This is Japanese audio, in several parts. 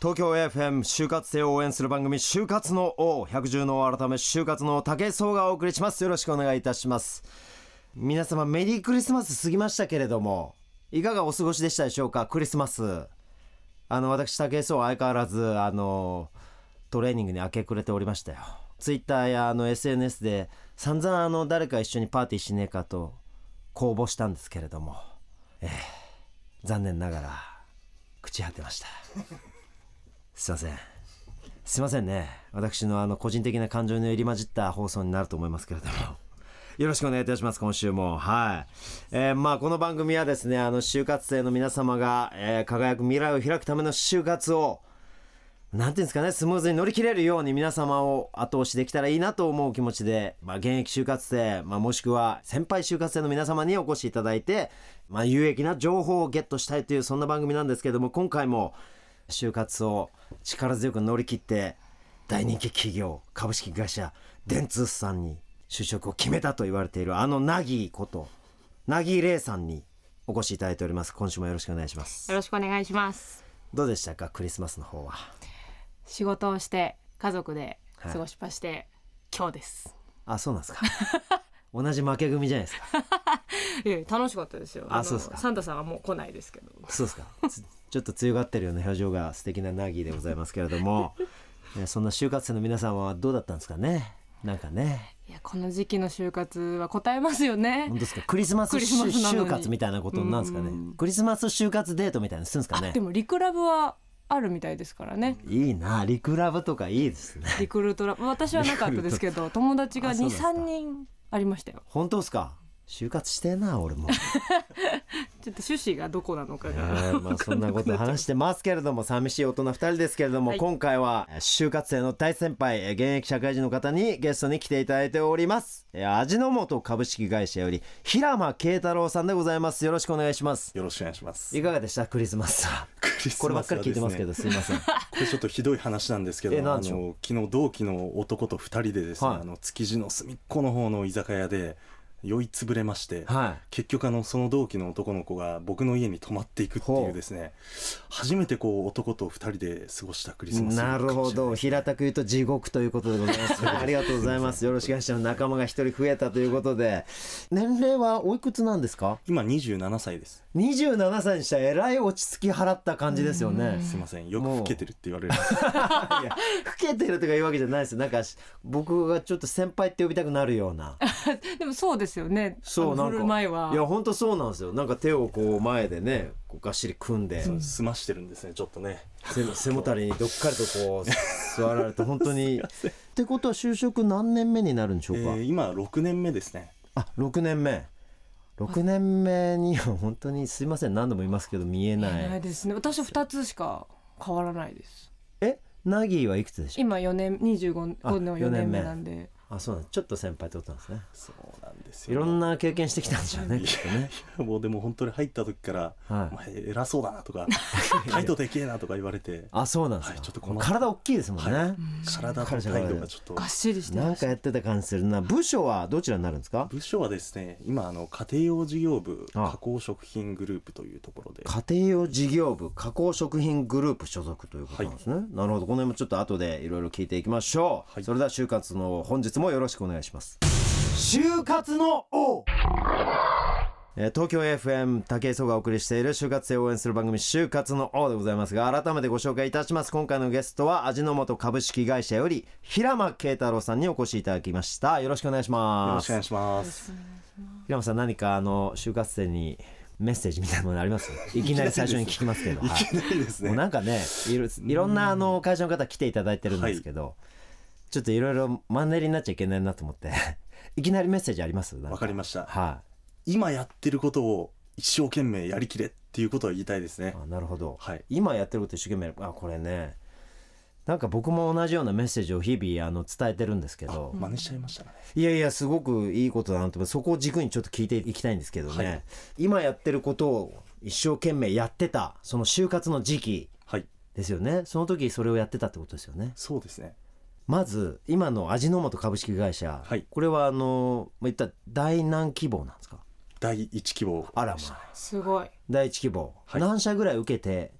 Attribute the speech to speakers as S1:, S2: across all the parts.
S1: 東京 FM 就活生を応援する番組就活の王百獣の王改め就活の武井壮がお送りしますよろしくお願いいたします皆様メリークリスマス過ぎましたけれどもいかがお過ごしでしたでしょうかクリスマスあの私武井壮は相変わらずあのトレーニングに明け暮れておりましたよツイッターやあの SNS で散々あの誰か一緒にパーティーしねえかと公募したんですけれどもええ残念ながら朽ち果てましたすいませんすいませんね私のあの個人的な感情の入り混じった放送になると思いますけれども よろしくお願いいたします、今週も。はい。えーまあ、この番組はですね、あの、就活生の皆様が、えー輝く未来を開くための就活を、なんていうんですかね、スムーズに乗り切れるように皆様を後押しできたらいいなと思う気持ちで、まあ、現役就活生、まあ、もしくは先輩就活生の皆様にお越しいただいて、まあ、有益な情報をゲットしたいという、そんな番組なんですけれども、今回も、就活を力強く乗り切って、大人気企業、株式会社、電通さんに就職を決めたと言われている、あのナギーこと、ナギーレイさんにお越しいただいております。今週もよろしくお願いします。
S2: よろしくお願いします。
S1: どうでしたか、クリスマスの方は。
S2: 仕事をして家族で
S1: はい
S2: 過ごしまして、今日です。
S1: あ、そうなんですか。 同じ負け組じゃないですか。
S2: いやいや楽しかったですよ。
S1: あ
S2: の
S1: そうですか
S2: サンタさんはもう来ないですけど。
S1: そうですか。つちょっと強がってるような表情が素敵なナギーでございますけれども、ねそんな就活生の皆さんはどうだったんですかね。なんかね、
S2: いやこの時期の就活は答えますよね
S1: 本。当ですか。クリスマス
S2: クリスマスなの
S1: 就
S2: に
S1: 就活みたいなことなんですか
S2: う
S1: ね
S2: ん。
S1: クリスマス就活デートみたいなのするんですかね
S2: で。もリクラブはあるみたいですからね。
S1: いいな、リクラブとかいいですね。
S2: リクルートラブ私はなかったですけど友達が
S1: あそう
S2: 2、
S1: ですか
S2: 3人ありましたよ。
S1: 本当ですか。就活してえな、俺も。
S2: ちょっと趣旨がどこなのかが。
S1: はいまあそんなこと話してますけれども寂しい大人2人ですけれども、
S2: はい
S1: 今回は就活生の大先輩えー現役社会人の方にゲストに来ていただいておりますえー味の素株式会社より平間慶太郎さんでございますよろしくお願いします
S3: よろしくお願いします。
S1: いかがでしたクリスマスは
S3: クリスマスはですね
S1: こればっかり聞いてますけど。すいません
S3: これちょっとひどい話なんですけ
S1: え
S3: ど、
S1: なん
S3: あ
S1: でしょう
S3: の昨日同期の男と二人でですね、
S1: はい
S3: あの築地の隅っこの方の居酒屋で酔いつぶれまして、
S1: は
S3: 結局あのその同期の男の子が僕の家に泊まっていくって
S1: ほ
S3: いううですね、初めてこう男と二人で過ごしたクリ
S1: い
S3: スマス
S1: な
S3: かもしれい
S1: るほど平たく言うと地獄ということでございますありがとうございますよろしくお願いします仲間が一人増えたということで年齢はおいくつなんですか
S3: 今二十七歳です。
S1: 27歳にしたらえらい落ち着き払った感じですよね
S3: すいません、よく
S1: もう
S3: 老けてるって言われ るんです。
S1: 老けてるとかいうわけじゃないですよなんかし僕がちょっと先輩って呼びたくなるよう な
S2: でもそうですよね。
S1: そう
S2: あ
S1: な
S2: の
S1: ん
S2: 振
S1: か
S2: る舞いはい
S1: や。本当そうなんですよなんか手をこう前でねこうがっしり組んで
S3: 済ましてるんですね、ちょっとね。
S1: 背背もたれにどっかりとこう座られて本当 にってことは就職何年目になるんでしょ
S3: え
S1: うか、
S3: ー今六年目ですね。
S1: あ6年目6年目には本当にすいません何度も言いますけど見え
S2: 見え
S1: ない
S2: ないですね。私は2つしか変わらないです。
S1: えナギーはいくつでしょう
S2: 今4年25
S1: あ
S2: 五の4
S1: 4年
S2: 年
S1: 目
S2: 目なんで
S1: あそうなんですちょっと先輩ってことなんですね
S3: そうなんです
S1: い
S3: よ。
S1: ろんな経験してきたんでしょうね
S3: いや
S1: きっとね
S3: い やもうでも本当に入った時から「
S1: はい
S3: お前偉そうだ な」とか「態度でけえな」とか言われて
S1: あそうなんですよ、
S3: はいちょっとこの
S1: 体大きいですもんね、
S3: 体と態度がちょっと
S2: がっしりして
S1: な
S2: ま
S1: んか
S2: した
S1: やってた感じするな部署はどちらになるんですか
S3: 部署はですね今あの家庭用事業部
S1: あ
S3: 加工食品グループというところで
S1: 家庭用事業部加工食品グループ所属ということなんですね、なるほどこの辺もちょっと後でいろいろ聞いていきましょう、
S3: はい
S1: それでは就活の本日もよろしくお願いします就活の王えー東京 FM 武井壮がお送りしている就活生を応援する番組「就活の王」でございますが改めてご紹介いたします今回のゲストは味の素株式会社より平間慶太郎さんにお越しいただきましたよろしくお願いし
S3: よ
S1: ま
S3: ろ
S1: す
S3: しくお願いします
S1: 平間さん何かあの就活生にメッセージみたいなものあります いきなり最初に聞きますけど、
S3: い
S1: はい
S3: きなりで す
S1: もう
S3: ね
S1: なんかねいろいろんなあの会社の方来ていただいてるんですけど、ちょっといろいろマンネリになっちゃいけないなと思って いきなりメッセージあります
S3: わかり
S1: ま
S3: ました
S1: は
S3: 今やってることを一生懸命やりきれっていうことは言いたいですね
S1: い、あなるほど、
S3: はい
S1: 今やってること一生懸命やるあこれねなんか僕も同じようなメッセージを日々あの伝えてるんですけど、
S3: 真似しちゃいましたかね
S1: いやいやすごくいいことだなと思ってそこを軸にちょっと聞いていきたいんですけどね、
S3: はい
S1: 今やってることを一生懸命やってたその就活の時期
S3: はい
S1: ですよねその時それをやってたってことですよね
S3: そうですね
S1: まず今の味の素株式会社、
S3: はい
S1: これはあのまあ言ったら第何希望なんですか
S3: 第一希望
S1: あらますあ
S2: すごい
S1: 第一希望、
S3: はい
S1: 何社ぐらい受けて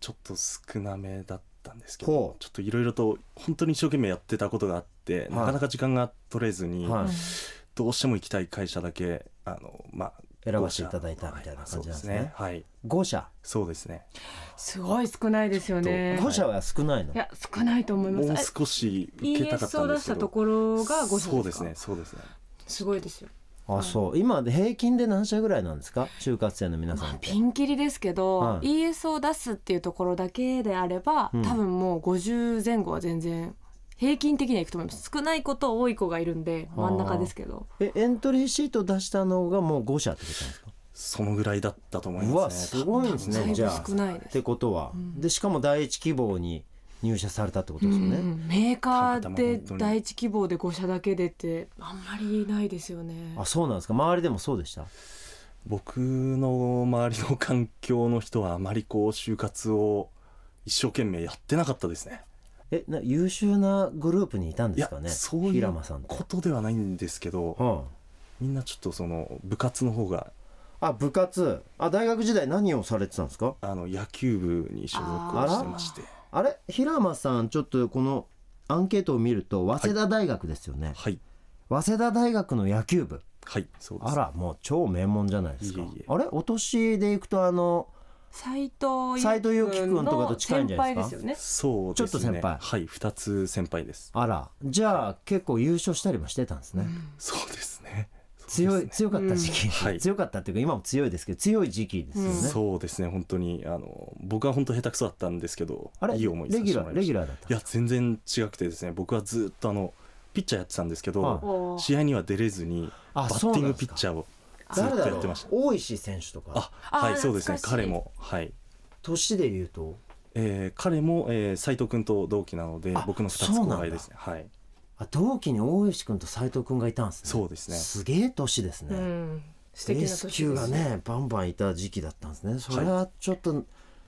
S3: ちょっと少なめだったんですけ
S1: ほ
S3: ど
S1: う
S3: ちょっといろいろと本当に一生懸命やってたことがあって、なかなか時間が取れずに、
S1: はい
S3: どうしても行きたい会社だけあの、まあ、
S1: 選ばせていただいたみたいな感
S3: そう
S1: じなん
S3: で
S1: ですすね
S3: ね。はい
S1: 5社
S3: そうですね
S2: すごい少ないですよね
S3: ちょっ
S1: 5社は少ないの
S2: いや少ないと思い
S3: もう
S2: ます
S3: 少し
S2: い
S3: 受
S2: い
S3: けた
S2: え
S3: かっ
S2: そ
S3: た
S2: うん
S3: で
S2: 出
S3: す
S2: し
S3: け
S2: た
S3: ど
S2: ところが5社
S3: そうですねそうですね
S2: すごいですよ
S1: あそう今平均で何社ぐらいなんですか就活生の皆さんって
S2: ピンキリですけど、
S1: はい
S2: ES を出すっていうところだけであれば、
S1: うん
S2: 多分もう50前後は全然平均的にはいくと思います少ない子と多い子がいるんで真ん中ですけど
S1: えエントリーシート出したのがもう5社ってことなんですか
S3: そのぐらいだったと思いう
S1: わ
S3: ます
S1: す
S3: ね
S1: ごいです
S2: だい
S1: ね
S2: ぶ
S1: じゃあ
S2: 少ないで
S1: っ
S2: す、
S1: てことは、でしかも第一希望に入社されたってこと
S2: う
S1: ですよ
S2: ん
S1: ね、
S2: うんメーカーで
S3: たまたま本当に
S2: 第一希望で5社だけ出てあんまりないですよね
S1: あそうなんですか周りでもそうでした
S3: 僕の周りの環境の人はあまりこう就活を一生懸命やってなかったですね
S1: えな優秀なグループにいたんで
S3: い
S1: す
S3: や
S1: かね
S3: そうい
S1: 平
S3: う
S1: 間さんって
S3: ことではないんですけど
S1: うん
S3: みんなちょっとその部活の方が
S1: あ部活あ大学時代何をされてたんですか
S3: あの野球部に所属をしてまして
S1: あれ平間さんちょっとこのアンケートを見ると早稲田大学ですよね、
S3: はい
S1: 早稲田大学の野球部
S3: はいそうです
S1: あらもう超名門じゃないですか
S3: いえいえ
S1: あれお年でいくとあの
S2: 斉藤
S1: 斉藤由
S2: 由貴
S1: 貴
S2: 君
S1: 君とかと
S2: の
S1: 近いんじ
S2: 先
S1: ゃない
S2: 輩
S1: で
S2: です
S1: か
S2: すよね
S3: そうですね
S1: ちょっと先輩
S3: はい2つ先輩です
S1: あらじゃあ結構優勝したりもしてたんですね、
S3: そうですね
S1: 強
S3: そう
S1: い
S3: ですね
S1: 強かった時期、
S3: うんはい
S1: 強かったっていうか今も強いですけど強い時期ですよね、
S2: うん
S3: そうですね本当にあの僕は本当下手くそだったんですけど
S1: あれ
S3: いい思いさ
S1: レ
S3: せ
S1: ギ
S3: て
S1: ュ
S3: も
S1: ラ
S3: ら
S1: ーレ
S3: いまし
S1: ギ
S3: た
S1: ュラーだった
S3: いや全然違くてですね僕はずっとあのピッチャーやってたんですけど、
S1: はい
S2: おー
S3: 試合には出れずに
S1: あ
S3: バッティングピッチ
S1: ャー
S3: ャーをずっ
S1: 誰
S3: と
S1: だ
S3: や
S1: ろ
S3: ってました
S1: う大石選手とか
S3: あ
S2: あ
S3: はいそうですね
S2: 懐かしい
S3: 彼もはい、
S1: 年で言うと
S3: えー彼も、えー、斉藤君と同期なので
S1: あ
S3: 僕の2つ
S1: そうなん
S3: 後
S1: だ
S3: 輩ですねはい
S1: あ同期に大石君と斉藤君がいたんですね
S3: そうですね
S1: すげえ年です
S2: う
S1: ね、
S2: ん、素
S1: エ
S2: 敵な
S1: ー
S2: 年
S1: ス
S2: ですよ
S1: 級がねバンバンいた時期だったんですねそれはちょっと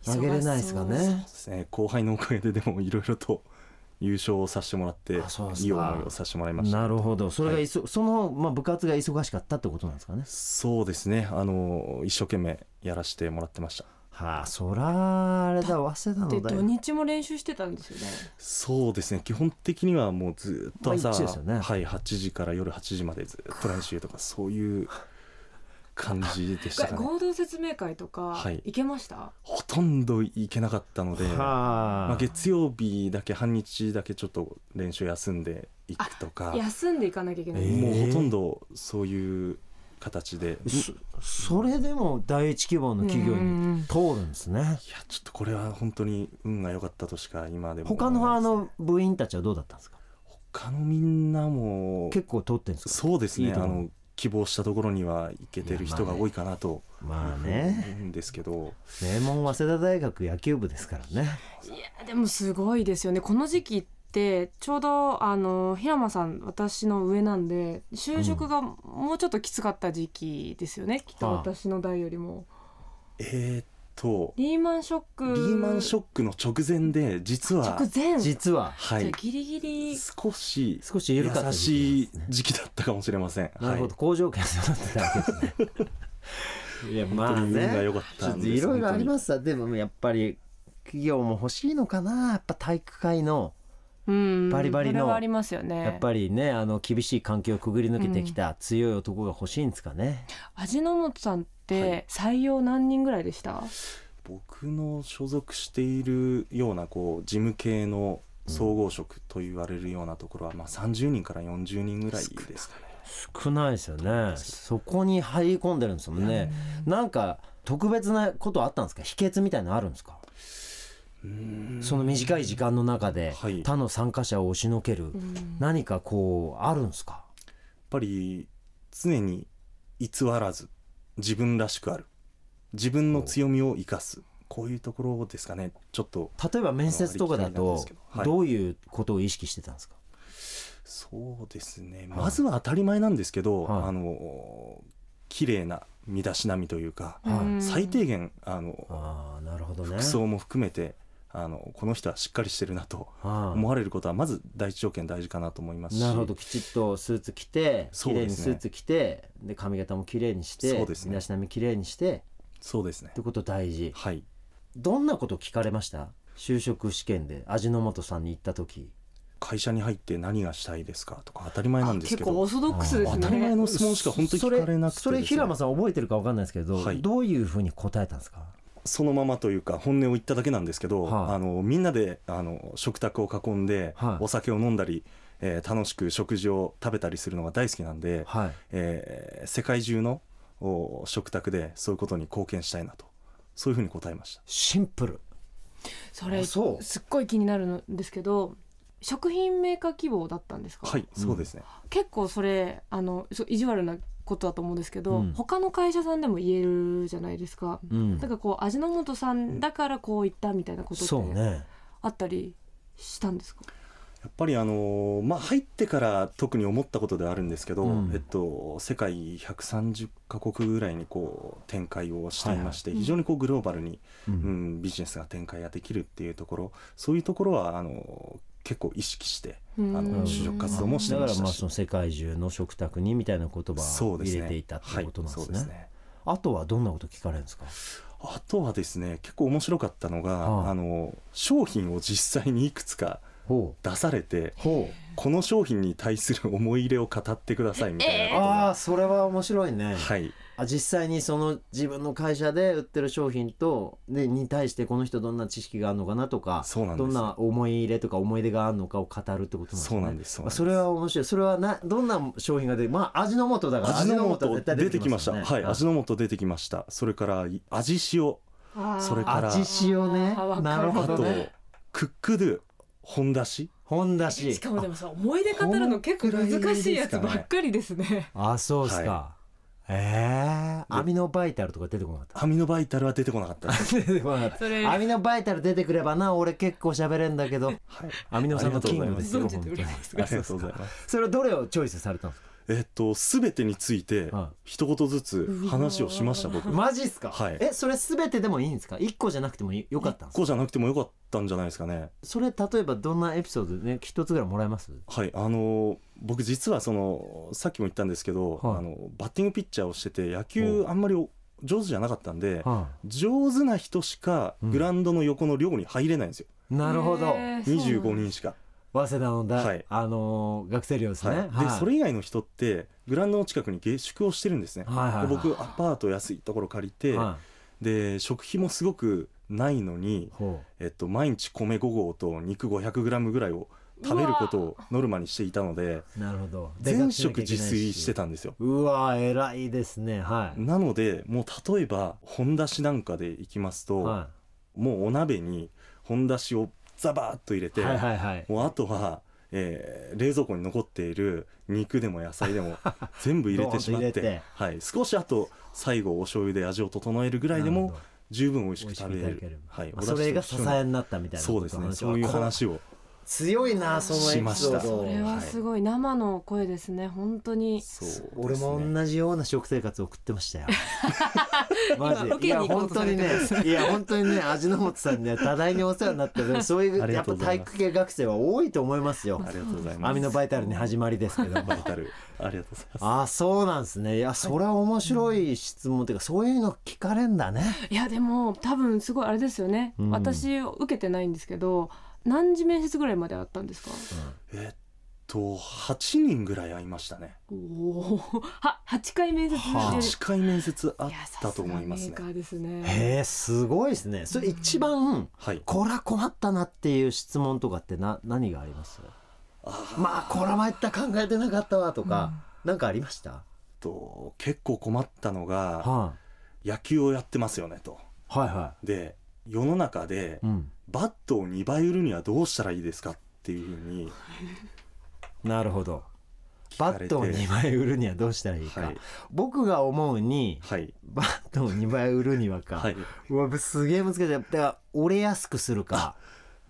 S1: 投げれないですか
S2: 忙し
S1: ね
S3: そうですね後輩のおかげででもいろいろと優勝をさせてもらって
S1: あそうですか
S3: いい思いをさせてもらいました
S1: なるほどそれがいそ,、その、まあ、部活が忙しかったってことなんですかね
S3: そうですねあの一生懸命やらせてもらってました
S1: はあそらあれだ早稲田
S2: で
S1: の大
S2: 土
S1: 学
S2: 日も練習してたんですよね
S3: そうですね基本的にはもうずっと朝、
S1: 毎日ですよね
S3: はい、8時から夜8時までずっと練習とかそういう感じ でしたかね
S2: 合同説明会とか
S3: はい
S2: 行けました、
S3: ほとんど行けなかったので、
S1: は
S3: まあ、月曜日だけ半日だけちょっと練習休んでいくとか
S2: 休んでいかなきゃいけない、
S1: えー
S3: もうほとんどそういう形で、い
S1: そそれでも第一希望の企業に通るんですね。
S3: やちょっとこれは本当に運が良かったとしか今でも
S1: 他
S3: 思
S1: の
S3: え
S1: あ
S3: ないですね
S1: の部員たちはどうだったんですか。
S3: 他のみんなも
S1: 結構通ってんですか。
S3: そうですね
S1: いいと
S3: あ
S1: 思う
S3: の希望したところには行けてる人が多いかなと
S1: まあ
S3: 思
S1: ね、
S3: うんですけど、
S1: 名門早稲田大学野球部ですからね。
S2: いやでもすごいですよねこの時期ってちょうどあの平間さん私の上なんで就職がもうちょっときつかった時期ですよね、きっと
S1: はあ
S2: 私の代よりも
S3: えーっと
S2: リーマンショック
S3: リーマンショックの直前で実は
S2: 直前じ
S1: 実は
S3: は
S2: ゃあ
S3: い
S2: ギリギリ
S3: 少し
S1: 少し緩かった
S3: 優
S1: 時
S3: し
S1: 期
S3: い時期だったかもしれません。
S1: なるほど、好条件そうなってたわけですね。いや
S3: はい、
S1: まあ
S3: 本当に運が
S1: ね、
S3: 良かっ
S1: ち
S3: た
S1: ょっ
S3: ん
S1: と
S3: です。。
S1: いろいろありますすわ。でもやっぱり企業も欲しいのかな。やっぱ体育会の。
S2: うん
S1: バリバリの
S2: これはありますよね
S1: やっぱりねあの厳しい環境をくぐり抜けてきた強い男が欲しいんですかね、
S2: 味の素さんっ
S3: は
S2: て採用何人ぐらいでした、
S3: 僕の所属しているようなこう事務系の総合職と言われるようなところは、まあ30人から40人ぐらいですかね。
S1: 少ないですよねそこに入り込んでるんですもんね、なんか特別なことあったんですか秘訣みたいなのあるんですかその短い時間の中で
S3: はい
S1: 他の参加者を押しのける
S2: うん
S1: 何かこうあるんですか
S3: やっぱり常に偽らず自分らしくある自分の強みを生かすこういうところですかねちょっと
S1: 例えば面接とかだ
S3: あのあり
S1: と
S3: きたりなんですけどはい
S1: どういうことを意識してたんですか、
S3: そうですねまずは当たり前なんですけど、
S1: はい
S3: あの綺麗な身だしなみというか、
S1: はい
S2: うん
S3: 最低限あの
S1: ああなるほどね
S3: 服装も含めてあのこの人はしっかりしてるなと
S1: ああ
S3: 思われることはまず第一条件大事かなと思いますし
S1: なるほどきちっとスーツ着て
S3: そ
S1: 綺
S3: う
S1: 麗
S3: で
S1: に
S3: す
S1: ス
S3: ね
S1: ーツ着てで,、髪型も綺麗にして
S3: そうですね
S1: 身だしなみ綺麗にして
S3: そうですね
S1: ってこと大事
S3: はい
S1: どんなこと聞かれました就職試験で味の素さんに行った時
S3: 会社に入って何がしたいですかとか当たり前なんです
S2: 結
S3: け
S2: 構オ
S3: ど
S2: ーソドックスですね。
S3: 当たり前の質問しか本当に聞かれなくて
S1: それそれ
S3: ですね
S1: 平間さん覚えてるか分かんないですけど、
S3: はい
S1: どういうふうに答えたんですか
S3: そのままというか本音を言っただけなんですけど、
S1: はい
S3: あのみんなであの食卓を囲んで、
S1: はい
S3: お酒を飲んだり、えー楽しく食事を食べたりするのが大好きなんで、
S1: はい
S3: えー世界中のお食卓でそういうことに貢献したいなとそういうふうに答えました
S1: シンプル
S2: それ
S1: あそう
S2: すっごい気になるんですけど食品メーカー希望だったんですか、
S3: はい、
S1: うん
S3: そうですね
S2: 結構それあのそう意地悪なことだと思うんですけど、
S1: うん
S2: 他の会社さんでも言えるじゃないですか。
S1: うん
S2: なんかこう味の素さんだからこう言ったみたいなこと
S1: そう
S2: って
S1: ね
S2: あったりしたんですか、
S3: やっぱりあのまあ入ってから特に思ったことではあるんですけど、
S1: うん
S3: えっと、世界130カ国ぐらいにこう展開をしていまして、
S2: はいはい
S3: 非常にこうグローバルに、
S1: う
S3: うんん、ビジネスが展開ができるっていうところそういうところはあの結構意識して
S2: あ
S3: あの就職活動もして
S1: だ
S3: ま
S1: か
S3: し
S1: ら
S3: たし
S1: まあその世界中の食卓にみたいな言葉
S3: そ
S1: を
S3: うです
S1: 入
S3: ね
S1: れていたってことなんです
S3: はいそう
S1: ね。あとはどんなこと聞かれるんですか。
S3: あとはですね結構面白かったのが、
S1: はあ
S3: あの商品を実際にいくつか
S1: ほ
S3: 出されて
S1: うほ
S3: この商品に対する思い入れを語ってくださいみたいな
S1: う。
S3: こと
S1: あ
S3: が、
S1: あそれは面白いね。
S3: はい、
S1: あ実際にその自分の会社で売ってる商品とでに対してこの人どんな知識があるのかなとか
S3: そうなんで
S1: ど
S3: す
S1: んな思い入れとか思い出があるのかを語るってことなんですね。
S3: そうなんですそうなんです
S1: あそれは面白い。それはなどんな商品が出るまあ味の素だから
S3: 味の
S1: は
S3: 素出てきました、
S1: よね
S3: はい味の素出てきましたそれからい味塩それから
S1: 味塩ね
S2: あーわかる
S1: なるほ
S3: あ
S1: ど
S3: と
S1: ね
S3: クックドゥ本出し
S1: 本だし
S2: しかもでもさ思い出語るの結構難しいやつばっかりですね。
S1: あそうっすか、ええー、アミノバイタルとか出てこなかった
S3: アミノバイタルは出てこなかっ たです、
S1: 出てこなかっ
S2: それ
S1: たアミノバイタル出てくればな俺結構喋れんだけど
S3: はい、
S1: アミノ酸のキングですよ
S2: 存じており
S1: 本
S2: ます
S3: ありがとうございます
S1: 当にそれはどれをチョイスされたんですか
S3: えっと全てについて
S1: は
S3: 一言ずつ話をしました僕
S1: マジっすか、
S3: はい
S1: えそれ全てでもいいんですか一個じゃなくてもいいよかったんですか
S3: こうじゃなくてもよかったんじゃないですかね
S1: それ例えばどんなエピソードね一つぐらいもらえます
S3: はいあの僕実はそのさっきも言ったんですけど、
S1: はい
S3: あのバッティングピッチャーをしてて野球あんまりお上手じゃなかったんで、
S1: は
S3: 上手な人しかグラウンドの横の寮に入れないんですよ、
S1: いなるほど、
S2: へーそう
S3: 25
S2: なんだ
S3: 人しか
S1: 早稲田の大、
S3: はい
S1: あのー学生寮ですね、
S3: はい、でそれ以外の人ってグラウンドの近くに下宿をしてるんですね、
S1: はいはいはい
S3: で僕アパート安いところ借りて、
S1: は
S3: で食費もすごくないのに
S1: い、ほ
S3: えっと、毎日米5合と肉 500g ぐらいを食べることをノルマにしていたので
S1: うなるほどで
S3: 全食自炊して
S1: た
S3: たんですよ
S1: うわー偉いですねはい、
S3: なのでもう例えば本出しなんかでいきますと、
S1: は
S3: もうお鍋に本出しをザバーッと入れ
S1: い、
S3: て、
S1: はいはいはい
S3: もうあとは、えー冷蔵庫に残っている肉でも野菜 でも全部入れてしまって
S1: ドーンと入れて
S3: はい、少しあと最後お醤油で味を整えるぐらいで
S1: なるほ
S3: も
S1: ど
S3: 十分美味し
S1: 美味
S3: く
S1: しく
S3: 食
S1: い
S3: べ
S1: ただ
S3: れる
S1: ける、
S3: はい、
S1: まあそれが支
S3: 私と一緒に
S1: えになったみたいな
S3: そうですねそういう
S1: 話は
S3: 話を
S1: 強いなそのエピソード
S2: それはすごい生の声ですね本当に
S3: そうですね
S1: 俺も同じような食生活を送ってましたよマ
S2: 今
S1: ジ
S2: 受
S1: い
S2: け
S1: や
S2: に行こう
S1: 本
S2: と
S1: 当
S2: され
S1: に
S2: て
S1: ねいや本当にね味の素さんね多大にお世話になってるそういう
S3: あり
S1: や
S3: が
S1: っ
S3: と
S1: ぱ
S3: うござ
S1: 体
S3: います
S1: 育系学生は多いと思いますよ
S3: ありがとうございます
S1: アミノバイタルに始まりですけども
S3: バイタルありがとうございます
S1: ああそうなんですねいやそれは面白い質問っていうかそういうの聞かれんだね
S2: いやでも多分すごいあれですよね、
S1: うん
S2: 私受けてないんですけど何時面接ぐらいまであったんですか、
S3: えっと8人ぐらい会いましたね
S2: おおは八回面接で
S1: はあ
S3: 8回面接あっ
S2: いやさ
S3: たと
S2: すが
S3: 思います
S2: メー
S3: ね
S2: カーですね
S1: へえすごいですねそれ一番
S3: はい
S1: こら困ったなっていう質問とかってな何があります
S3: あ
S1: まあこら参った考えてなかったわとか、なんかありました
S3: と結構困ったのが
S1: は
S3: 野球をやってますよねと
S1: いはいは
S3: で世の中で
S1: い、うん、
S3: バットを2倍売るにはどうしたらいいですかっていうふうに
S1: なるほど
S3: 聞
S1: バ
S3: かれ
S1: ッ
S3: て
S1: トを2枚売るにはどうしたらいいか、
S3: はい
S1: 僕が思うに
S3: はい
S1: バットを2枚売るにはか、
S3: はい、
S1: うわすげえ難しいだから折れやすくするか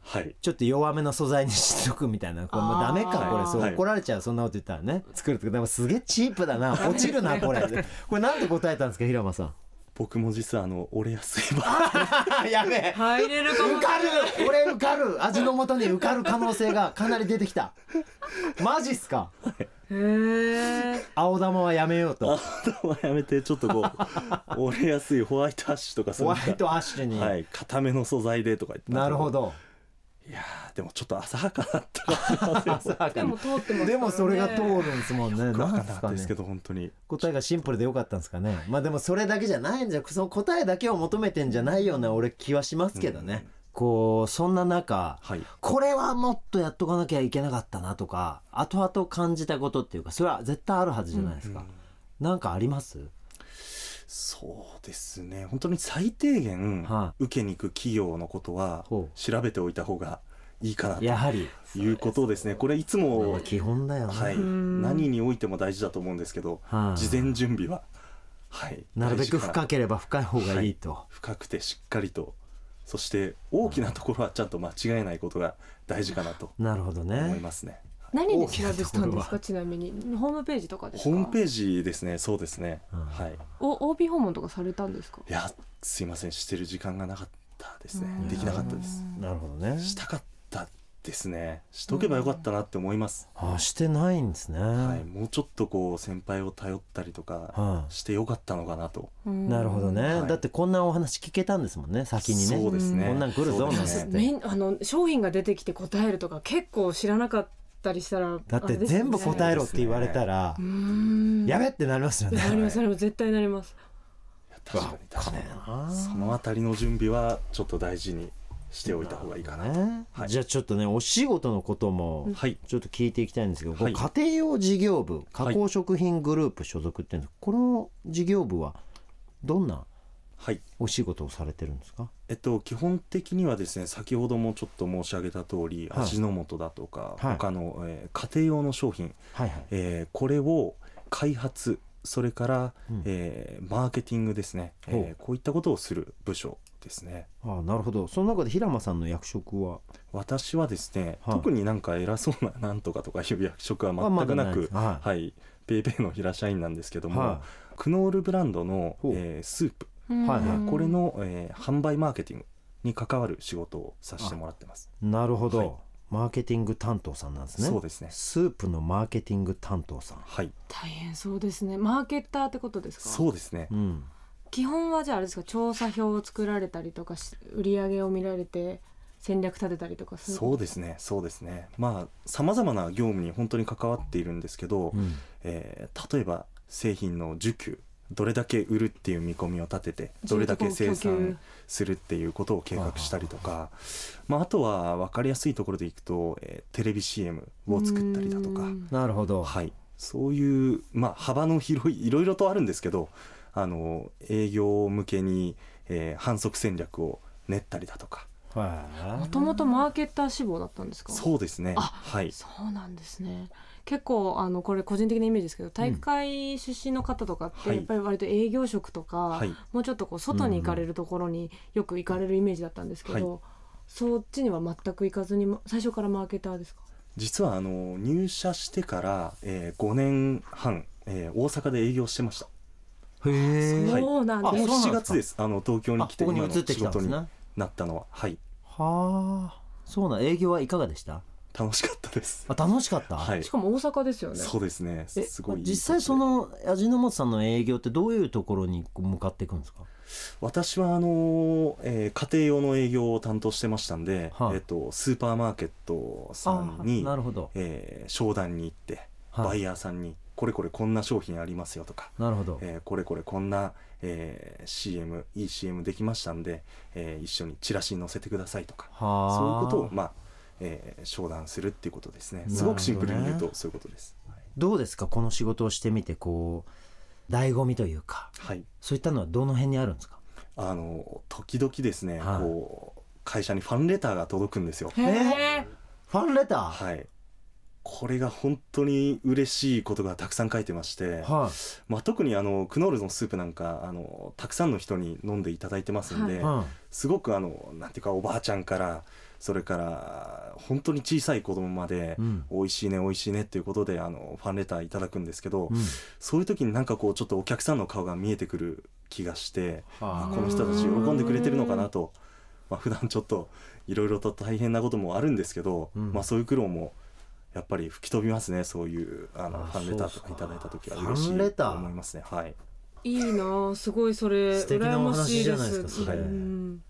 S3: はい、
S1: ちょっと弱めの素材にしとくみたいなこれもう
S2: あ
S1: ダ
S2: ー
S1: メかこれそう、
S3: はい
S1: 怒られちゃうそんなこと言ったらね作るとかでもすげえチープだな落ちるなこれこれなんて答えたんですか平間さん
S3: 僕も実はあの折れやすいバッ
S1: やべえ
S2: 入れるかも
S1: 受かる俺受かる味の素に受かる可能性がかなり出てきたマジっすか
S2: へえ
S1: 青玉はやめようと
S3: 頭やめてちょっと こう折れやすいホワイトアッシュとか
S1: ホ
S3: そうい
S1: ワ
S3: っ
S1: イ
S3: た
S1: トアッシュに、
S3: はい固めの素材でとか言って
S1: なるほど
S3: いやーでもちょっと浅はかだったかもし れません
S2: でも通ってますからね
S1: でもそれが通るんですもんね
S3: よくわかんな
S1: す
S3: かったですけ
S1: ね
S3: ど本当に
S1: 答えがシンプルでよかったんですかねまあでもそれだけじゃないんじゃその答えだけを求めてんじゃないような俺気はしますけどね、
S3: うん
S1: こうそんな中
S3: はい
S1: これはもっとやっとかなきゃいけなかったなとか後々感じたことっていうかそれは絶対あるはずじゃないですか、
S3: うん
S1: なんかあります
S3: そうですね本当に最低限
S1: は
S3: 受けに行く企業のことは
S1: ほう
S3: 調べておいた方がいいかな
S1: やはり
S3: ということですねこれいつも
S1: 基本だよね、
S3: はい
S2: うん
S3: 何においても大事だと思うんですけど
S1: はい
S3: 事前準備ははい
S1: なるべく
S3: 大事か
S1: 深ければ深い方がいいと、
S3: 深くてしっかりとそして大きなところはちゃんと間違えないことが大事かなと
S1: なるほど
S3: 思い
S1: ね
S3: ますね
S2: 何で調べてたん
S1: 大きなところ
S2: で
S1: は
S2: すかちなみにホームページとかですか
S3: ホームペ
S2: ージ
S3: ージですねそうですね、
S1: うん
S3: はい
S2: お OB 訪問とかされたんですか
S3: いやすいませんしてる時間がなかったですね
S2: うん
S3: できなかったです
S1: なるほどね
S3: したかったですねしとけばよかったなって思います、
S1: あしてないんですね、
S3: はい、もうちょっとこう先輩を頼ったりとか
S1: は
S3: してよかったのかなと
S2: うん
S1: いなるほどね、
S3: はい
S1: だってこんなお話聞けたんですもんね先にね
S3: そうですね
S1: こんなん来るぞ
S3: そうで
S2: あ
S1: なん
S3: す
S2: す
S1: て
S3: ね
S2: メインあの商品が出てきて答えるとか結構知らなかったりしたら
S1: だって全部答えろって言われたら、や
S2: や
S1: べってなりますよね
S2: なりますなります絶対なります
S3: いや確かに確かに
S1: あー
S3: そのあたりの準備はちょっと大事にしておいた方がいいかなと
S1: ね
S3: はい
S1: じゃあちょっとねお仕事のことも
S3: はい
S1: ちょっと聞いていきたいんですけど、これ
S3: は
S1: 家庭用事業部加工食品グループ所属っていうんですこの事業部はどんな
S3: はい
S1: お仕事をされてるんですか
S3: えっと、基本的にはですね先ほどもちょっと申し上げた通り、
S1: はい
S3: 味の素だとか、
S1: はい
S3: 他の、えー家庭用の商品、
S1: はいはい
S3: えーこれを開発それから、
S1: うん
S3: えーマーケティングですね、
S1: ほう
S3: えーこういったことをする部署ですね
S1: あーなるほどその中で平間さんの役職は
S3: 私はですね、
S1: はい
S3: 特になんか偉そうななんとかとかいう役職は
S1: あま
S3: 全く
S1: だ
S3: ない
S1: で
S3: く
S1: すは
S3: はいペイペイの平社員なんですけど
S1: い
S3: も、
S1: は
S3: クノールブランドの、
S1: ほう
S3: えースープ、
S2: うん
S1: はいはい
S3: これの、えー販売マーケティングに関わる仕事をさせてもらってます。
S1: いなるほど、
S3: はい
S1: マーケティング担当さんなんですね
S3: そうですね
S1: スープのマーケティング担当さん
S3: はい、
S2: 大変そうですねマーケッターってことですか
S3: そうですね。
S1: うん
S2: 基本はじゃああれですか調査表を作られたりとかし売り上げを見られて戦略立てたりとかする
S3: そうですね、そうですね。まあ、さまざまな業務に本当に関わっているんですけど、
S1: うん
S3: えー例えば製品の需給、どれだけ売るっていう見込みを立てて、どれだけ生産するっていうことを計画したりとか、まあ、あとは分かりやすいところでいくと、えーテレビ CM を作ったりだとか、
S2: うん
S1: なるほど、
S3: はい、そういう、まあ、幅の広いいろいろとあるんですけどあの営業向けに、えー反則戦略を練ったりだとか
S1: はい
S2: もともとマーケッター志望だったんですか
S3: そうですね
S2: あ
S3: はい
S2: そうなんですね結構あのこれ個人的なイメージですけど体育会出身の方とかっ
S3: は
S2: て
S3: い
S2: やっぱり割と営業職とか、
S3: はい
S2: もうちょっとこう外に行かれるところによく行かれるイメージだったんですけど、
S3: は
S2: そっちには全く行かずに最初からマーケターですか
S3: 実はあの入社してから、え5年半、えー大阪で営業してました
S1: へえ、
S3: はい
S2: そうなん
S1: あ
S2: です
S3: もう
S1: そうなんですか
S3: 7月ですあの東京に
S1: あ
S3: 来て
S1: ここに
S3: 今
S1: 移
S3: の
S1: って
S3: 仕
S1: きたん
S3: 事
S1: です
S3: に
S1: ね
S3: なったのははい
S1: はあそうなん営業はいかがでした
S3: 楽しかったです
S1: あ楽しかった、
S3: はい
S2: しかも大阪ですよね
S3: そうですね
S1: え
S3: すごいいい
S1: 実際その味の素さんの営業ってどういうところにこう向かっていくんですか
S3: 私はあの、えー家庭用の営業を担当してましたんで、
S1: はい
S3: えっと、スーパーマーケットさん
S1: あ
S3: に
S1: な、るほど、
S3: えー商談に行って、
S1: はい
S3: バイヤーさんにこれこれこんな商品ありますよとか、
S1: なるほど、
S3: えーこれこれこんな、えー CM いい CM できましたんで、えー一緒にチラシに載せてくださいとか
S1: はあ
S3: そういうことを、まあえー商談するっていうことですね
S1: るほどね
S3: すごくシンプルに言うとそういうことです。
S1: どうですかこの仕事をしてみてこう醍醐味というか
S3: はい
S1: そういったのはどの辺にあるんですか
S3: あの時々ですね、
S1: はい
S3: こう会社にファンレターが届くんですよ。
S2: へえ
S1: ファンレター
S3: はい、これが本当に嬉しいことがたくさん書いてまして、
S1: は
S3: まあ、特にあのクノールのスープなんかあのたくさんの人に飲んでいただいてます
S1: い
S3: んで、
S1: うん
S3: すごくあのなんていうかおばあちゃんからそれから本当に小さい子供まで、
S1: うん
S3: 美味しいね美味しいねっていうことであのファンレターいただくんですけど、
S1: うん
S3: そういう時になんかこうちょっとお客さんの顔が見えてくる気がして、あ
S1: は
S3: この人たち喜んでくれてるのかなと、まあ普段ちょっといろいろと大変なこともあるんですけど、
S1: うん
S3: まあ、そういう苦労も、やっぱり吹き飛びますねそういうあの
S1: あ
S3: ファンレター
S1: そ
S3: と
S1: うそ
S3: か
S1: う
S3: いただいた時は
S1: ファン
S3: 嬉しい
S1: レター
S3: と思いますねはい
S2: いいなあすごいそれ
S1: 素敵な
S2: 羨
S1: お
S2: まし
S1: 話
S2: い
S1: じ
S2: で
S1: ゃないです
S2: す
S1: か
S3: それ
S2: うん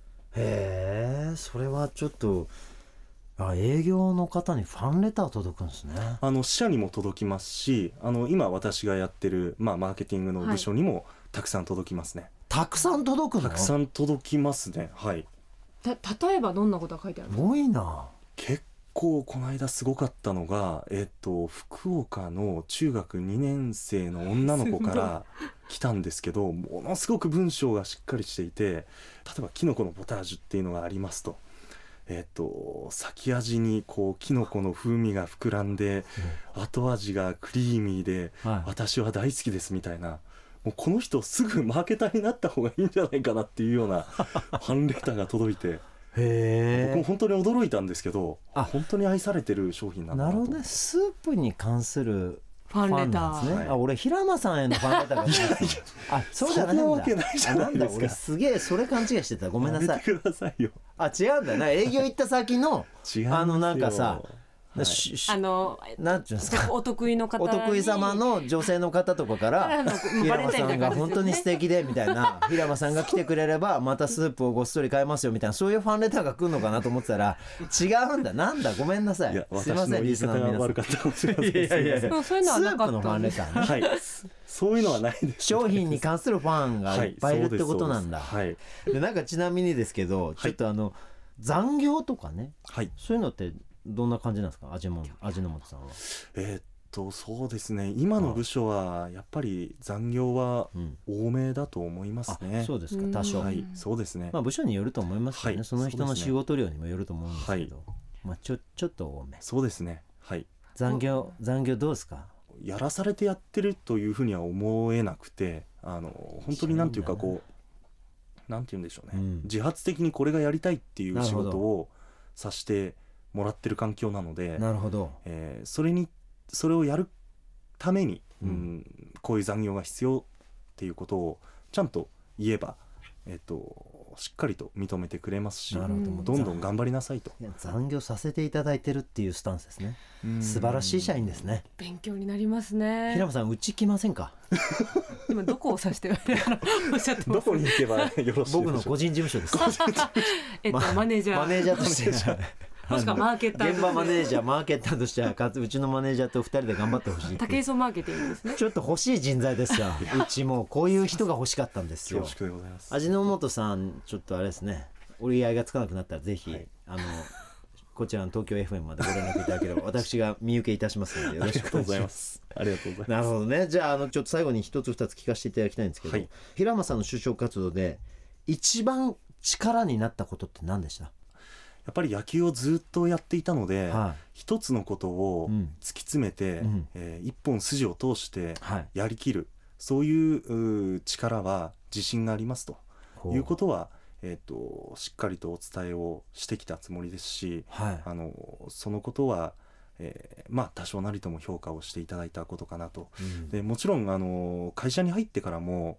S1: へえそれはちょっとあ営業の方にファンレター届くんですね
S3: あの支社にも届きますしあの今私がやってる、まあ、マーケティングの部署にもたくさん届きますね、
S1: たくさん届くの
S3: たくさん届きますねはい
S2: た例えばどんなことが書いてある
S1: す
S2: の
S1: ごいな
S3: 結構この間すごかったのが、えっと、福岡の中学2年生の女の子から来たんですけどものすごく文章がしっかりしていて例えば「キノコのポタージュ」っていうのがありますと。えっと、先味にこうキノコの風味が膨らんで後味がクリーミーで
S1: はい
S3: 私は大好きですみたいなもうこの人すぐマーケターになった方がいいんじゃないかなっていうようなファンレターが届いて僕も
S1: へ
S3: 本当に驚いたんですけど
S1: あ
S3: 本当に愛されてる商品な
S1: え
S3: んだ
S1: な
S3: な
S1: る
S3: と
S1: ほどねスープに関する
S2: ファンレタ
S1: なんです
S2: ー
S1: ね、
S3: はい
S1: あ俺平間さんへのファンレターが来たあそうじゃないんだ
S3: そんなわけないじゃないで
S1: あ
S3: すか
S1: んだ俺すげえそれ勘違いしてたごめんな
S3: や
S1: さ
S3: め
S1: い
S3: てくださいよ
S1: あ違うんだな営業行った先の
S3: 違いますよ
S1: あのなんかさ
S3: はい
S1: しし
S2: あの
S1: なんていうんです か
S2: お得意の方
S1: お
S2: に
S1: 得意様の女性の方とかか
S2: から
S1: ら
S2: の
S1: 平間
S2: バレたい
S1: さ
S2: んだ
S1: ん
S2: か
S1: が
S2: ら
S1: 本当に素敵でみたいな平間さんが来てくれればまたスープをごっそり買えますよみたいなそういうファンレターが来るのかなと思ってたら違うんだなんだごめんなさい
S3: いや
S1: すいませ
S3: 私の
S1: ん
S3: 言
S1: リ
S3: い
S1: スナ
S3: 方
S1: ーの
S3: が
S1: 皆さん
S3: 悪かったかもしれませんすい
S2: やうんそういうのはなかっ
S1: ス
S2: た
S1: ープのファンレター
S3: ま
S1: ね
S3: せん はいすそういうのはないです
S1: 商品に関するファンがいっぱいいるってことなんだ、
S3: はいそうです
S1: でなんかちなみにですけどちょっとあの、残業とかね
S3: はい、はい
S1: そういうのってどんな感じなんですか味も味の素さんは、
S3: えーっとそうですね今の部署はやっぱり残業は
S1: うん、
S3: 多めだと思いますね
S1: あそうですか多少、
S2: うん
S3: はいそうですね
S1: まあ部署によると思いますよね、
S3: はい
S1: その人の
S3: そうです
S1: 仕
S3: ね
S1: 事量にもよると思うんですけど、まあちょちょっと多め
S3: そうですねはい
S1: 残業残業どうですか
S3: やらされてやってるというふうには思えなくてあの本当になんていうかこうなんて言うんでしょうね、
S1: うん
S3: 自発的にこれがやりたいってい
S1: なる
S3: う仕
S1: ほど
S3: 事をさせてもらってる環境なので、
S1: なるほど
S3: えーそれにそれをやるために、
S1: うん
S3: うんこういう残業が必要っていうことをちゃんと言えば、えっとしっかりと認めてくれますし
S1: な
S3: ど
S1: るほど、
S2: うん
S3: んどん頑張りなさいと
S1: いや残業させていただいてるっていうスタンスですね素晴らしい社員ですね
S2: 勉強になりますね
S1: 平間さんうち来ませんか
S2: 今どこを指しておっしゃってま
S3: ど
S2: す
S3: こに行けばよろしいでしょうか
S1: 僕の個人事務所です
S2: えっとマネージャー
S1: マネージャーと してじゃ
S2: もしくはマーケター
S1: 現場マネージ
S2: ャー
S1: ャーマーケッターとしてはかつうちのマネージャーと二人で頑張ってほしい
S2: 竹磯マーケティングですね
S1: ちょっと欲しい人材ですようちもこういう人が欲しかったんですよ
S3: 恐縮でございます
S1: 味の素さんちょっとあれですね折り合いがつかなくなったらぜひ、
S3: はい
S1: あのこちらの東京 FM までご連絡いただけ れば私が見受けいたしますのでよろしくお願いします
S3: す。ありがとうござい
S1: なるほどねじゃああのちょっと最後に一つ二つ聞かせていただきたいんですけど、
S3: はい
S1: 平間さんの就職活動で一番力になったことって何でした、
S3: やっぱり野球をずっとやっていたので、
S1: は
S3: 一つのことを
S1: うん
S3: 突き詰めて、
S1: うん
S3: えー一本筋を通して
S1: い、はい、
S3: やりきる、そういううー力は自信がありますと
S1: こ
S3: いうことは、えー、としっかりとお伝えをしてきたつもりですし、
S1: はい
S3: あのそのことは、えーまあ多少なりとも評価をしていただいたことかなと
S1: うん
S3: でもちろんあの会社に入ってからも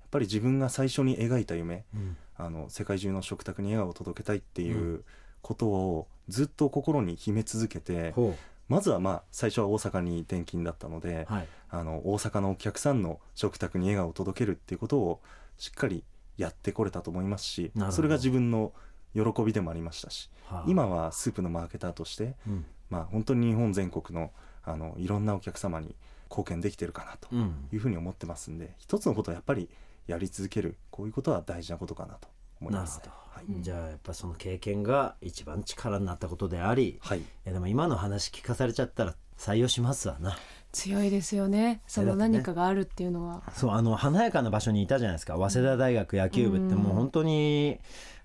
S3: やっぱり自分が最初に描いた夢
S1: うん
S3: あの世界中の食卓に笑顔を届けたいっていううことをずっと心に秘め続けて、
S1: ほ
S3: まずはまあ最初は大阪に転勤だったので、
S1: うはい
S3: あの大阪のお客さんの食卓に笑顔を届けるっていうことをしっかりやってこれたと思いますし
S1: なるほど
S3: それが自分の喜びでもありましたし
S1: はあ
S3: 今はスープのマーケターとして、
S1: うん
S3: まあ、本当に日本全国のあのいろんなお客様に貢献できてるかなと
S1: うん
S3: いうふうに思ってますんで一つのことはやっぱりやり続けるこういうことは大事なことかなと思いますね
S1: なるほ
S3: はい
S1: じゃあやっぱその経験が一番力になったことであり、
S3: はい、
S1: いやでも今の話聞かされちゃったら採用しますわな
S2: 強いですよねその何かがあるっていうのは
S1: そうあの華やかな場所にいたじゃないですか早稲田大学野球部って
S2: うん
S1: もう本当に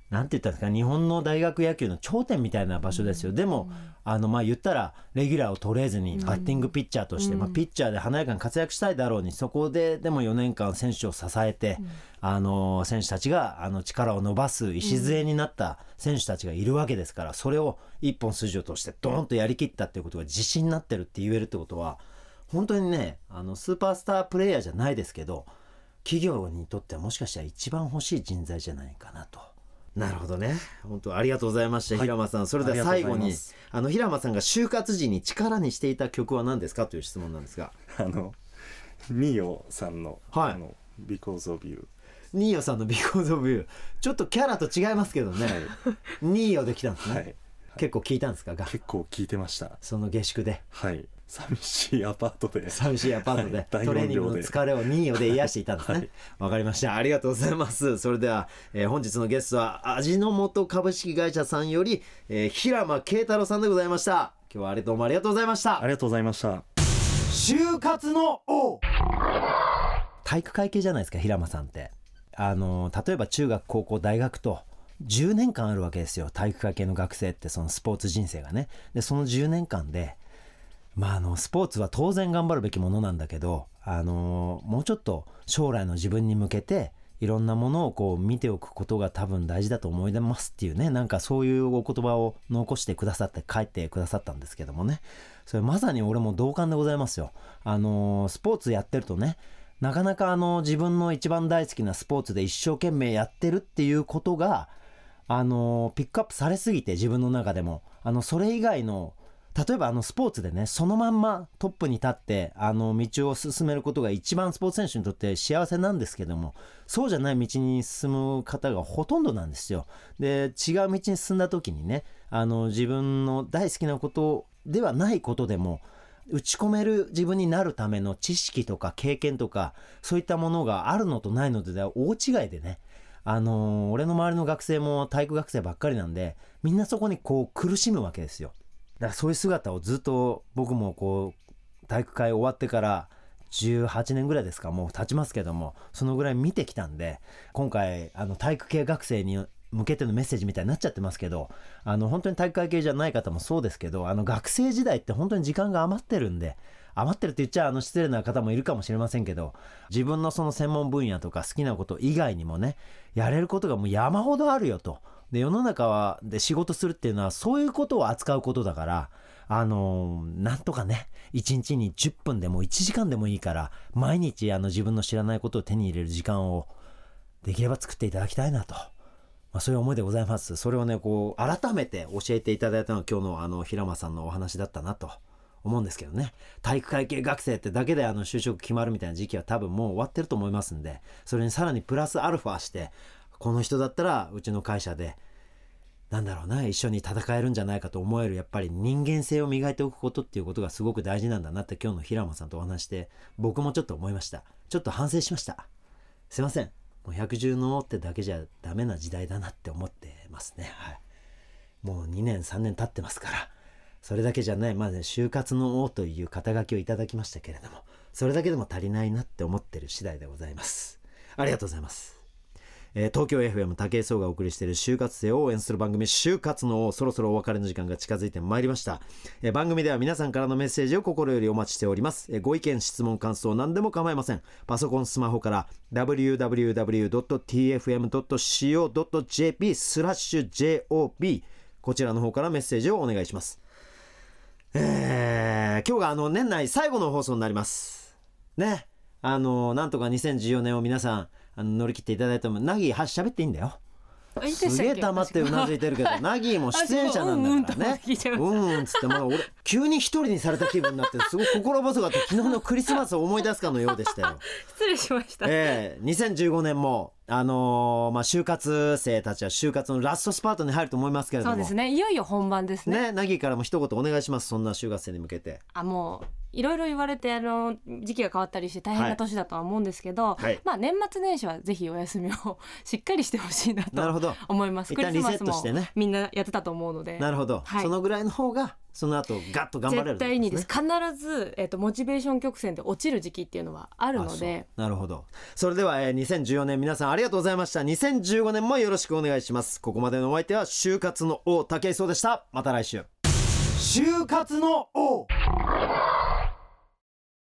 S1: なんて言ったんですか日本の大学野球の頂点みたいな場所ですよでもあのまあ言ったらレギュラーを取れずにバッティングピッチャーとして、
S2: うん
S1: まあ、ピッチャーで華やかに活躍したいだろうにそこででも4年間選手を支えて、あの選手たちがあの力を伸ばす礎になった選手たちがいるわけですから、それを一本筋を通してドーンとやりきったっていうことが自信になってるって言えるってことは本当にねあのスーパースタープレイヤーじゃないですけど企業にとってはもしかしたら一番欲しい人材じゃないかなと。なるほどね本当ありがとうございました、
S3: はい
S1: 平間さんそれでは
S3: あり
S1: 最
S3: がと
S1: 後
S3: うござい
S1: に
S3: ます
S1: あの平間さんが就活時に力にしていた曲は何ですかという質問なんですが
S3: あのミオさんの「
S1: はい
S3: あの Because of You
S1: ニーヨさんの「ビコーズ・オブ・ユー」ちょっとキャラと違いますけど」ね、ニーヨできたんですね、
S3: はい、
S1: 結構聞いたんですかが
S3: 結構聞いてました
S1: その下宿で
S3: はい寂しいアパートで
S1: 寂しいアパート
S3: は
S1: で
S3: い大音量で
S1: トレーニングの疲れをニーヨで癒していたんです
S3: は
S1: ね
S3: い
S1: わ、かりましたありがとうございますそれでは、えー本日のゲストは味の素株式会社さんより、えー平間慶太郎さんでございました今日はあれどうもありがとうございました
S3: ありがとうございました
S1: 就活の王体育会系じゃないですか平間さんってあの例えば中学高校大学と10年間あるわけですよ体育会系の学生ってそのスポーツ人生がねでその10年間でまああのスポーツは当然頑張るべきものなんだけどあのもうちょっと将来の自分に向けていろんなものをこう見ておくことが多分大事だと思いますっていうねなんかそういうお言葉を残してくださって書いてくださったんですけどもねそれまさに俺も同感でございますよ。あのスポーツやってるとねなかなかあの自分の一番大好きなスポーツで一生懸命やってるっていうことがあのピックアップされすぎて自分の中でもあのそれ以外の例えばあのスポーツでねそのまんまトップに立ってあの道を進めることが一番スポーツ選手にとって幸せなんですけどもそうじゃない道に進む方がほとんどなんですよ。で違う道に進んだ時にねあの自分の大好きなことではないことでも打ち込める自分になるための知識とか経験とかそういったものがあるのとないのとでは大違いでねあのー俺の周りの学生も体育学生ばっかりなんでみんなそこにこう苦しむわけですよだからそういう姿をずっと僕もこう体育会終わってから18年ぐらいですかもう経ちますけどもそのぐらい見てきたんで今回あの体育系学生に向けてのメッセージみたいになっちゃってますけどあの本当に体育会系じゃない方もそうですけどあの学生時代って本当に時間が余ってるんで余ってるって言っちゃあの失礼な方もいるかもしれませんけど自分のその専門分野とか好きなこと以外にもねやれることがもう山ほどあるよとで世の中はで仕事するっていうのはそういうことを扱うことだからあのなんとかね1日に10分でも1時間でもいいから毎日あの自分の知らないことを手に入れる時間をできれば作っていただきたいなと。まあ、そういう思いでございます。それをね、こう、改めて教えていただいたのは今日のあの、平間さんのお話だったなと思うんですけどね。体育会系学生ってだけであの、就職決まるみたいな時期は多分もう終わってると思いますんで、それにさらにプラスアルファして、この人だったらうちの会社で、なんだろうな、一緒に戦えるんじゃないかと思える、やっぱり人間性を磨いておくことっていうことがすごく大事なんだなって今日の平間さんとお話して、僕もちょっと思いました。ちょっと反省しました。すいませんもう百獣の王ってだけじゃダメな時代だなって思ってますねはいもう2年3年経ってますからそれだけじゃないまあね就活の王という肩書きをいただきましたけれどもそれだけでも足りないなって思ってる次第でございますありがとうございますえー東京 FM 武井壮がお送りしている就活生を応援する番組「就活の王」そろそろお別れの時間が近づいてまいりました、えー番組では皆さんからのメッセージを心よりお待ちしております、えーご意見質問感想何でも構いませんパソコンスマホから www.tfm.co.jp スラッシュ JOB こちらの方からメッセージをお願いしますえー今日があの年内最後の放送になりますねあのなんとか2014年を皆さんあの乗り切っていただいてもナギーは喋っていいんだよ
S2: あいいでしたっけ
S1: すげえ溜まってうなずいてるけ どナギーも出演者なんだからね
S2: あそううんうんと聞いちゃいま
S1: うんうんっつってまあ俺急に一人にされた気分になってすごく心細かった昨日のクリスマスを思い出すかのようでした よ
S2: 失礼しました。
S1: ええ2015年もあのーまあ就活生たちは就活のラストスパートに入ると思いますけれど
S2: そ
S1: も
S2: うですね。いよいよ本番ですね。
S1: ねナギーからも一言お願いしますそんな就活生に向けて
S2: あもういろいろ言われてあの時期が変わったりして大変な年だとは思うんですけど、
S1: はい
S2: まあ年末年始はぜひお休みを しっかりしてほしいな
S1: なるほ
S2: と
S1: ど
S2: 思います。
S1: 一旦リセットしてね
S2: みんなやってたと思うので。
S1: なるほど、
S2: はい
S1: そのぐらいの方がその後ガッと頑張れる
S2: 絶対にです必ず、えっとモチベーション曲線で落ちる時期っていうのはあるので
S1: あそうなるほどそれでは、えー、2014年皆さんありがとうございました2015年もよろしくお願いしますここまでのお相手は就活の王武井壮でしたまた来週就活の王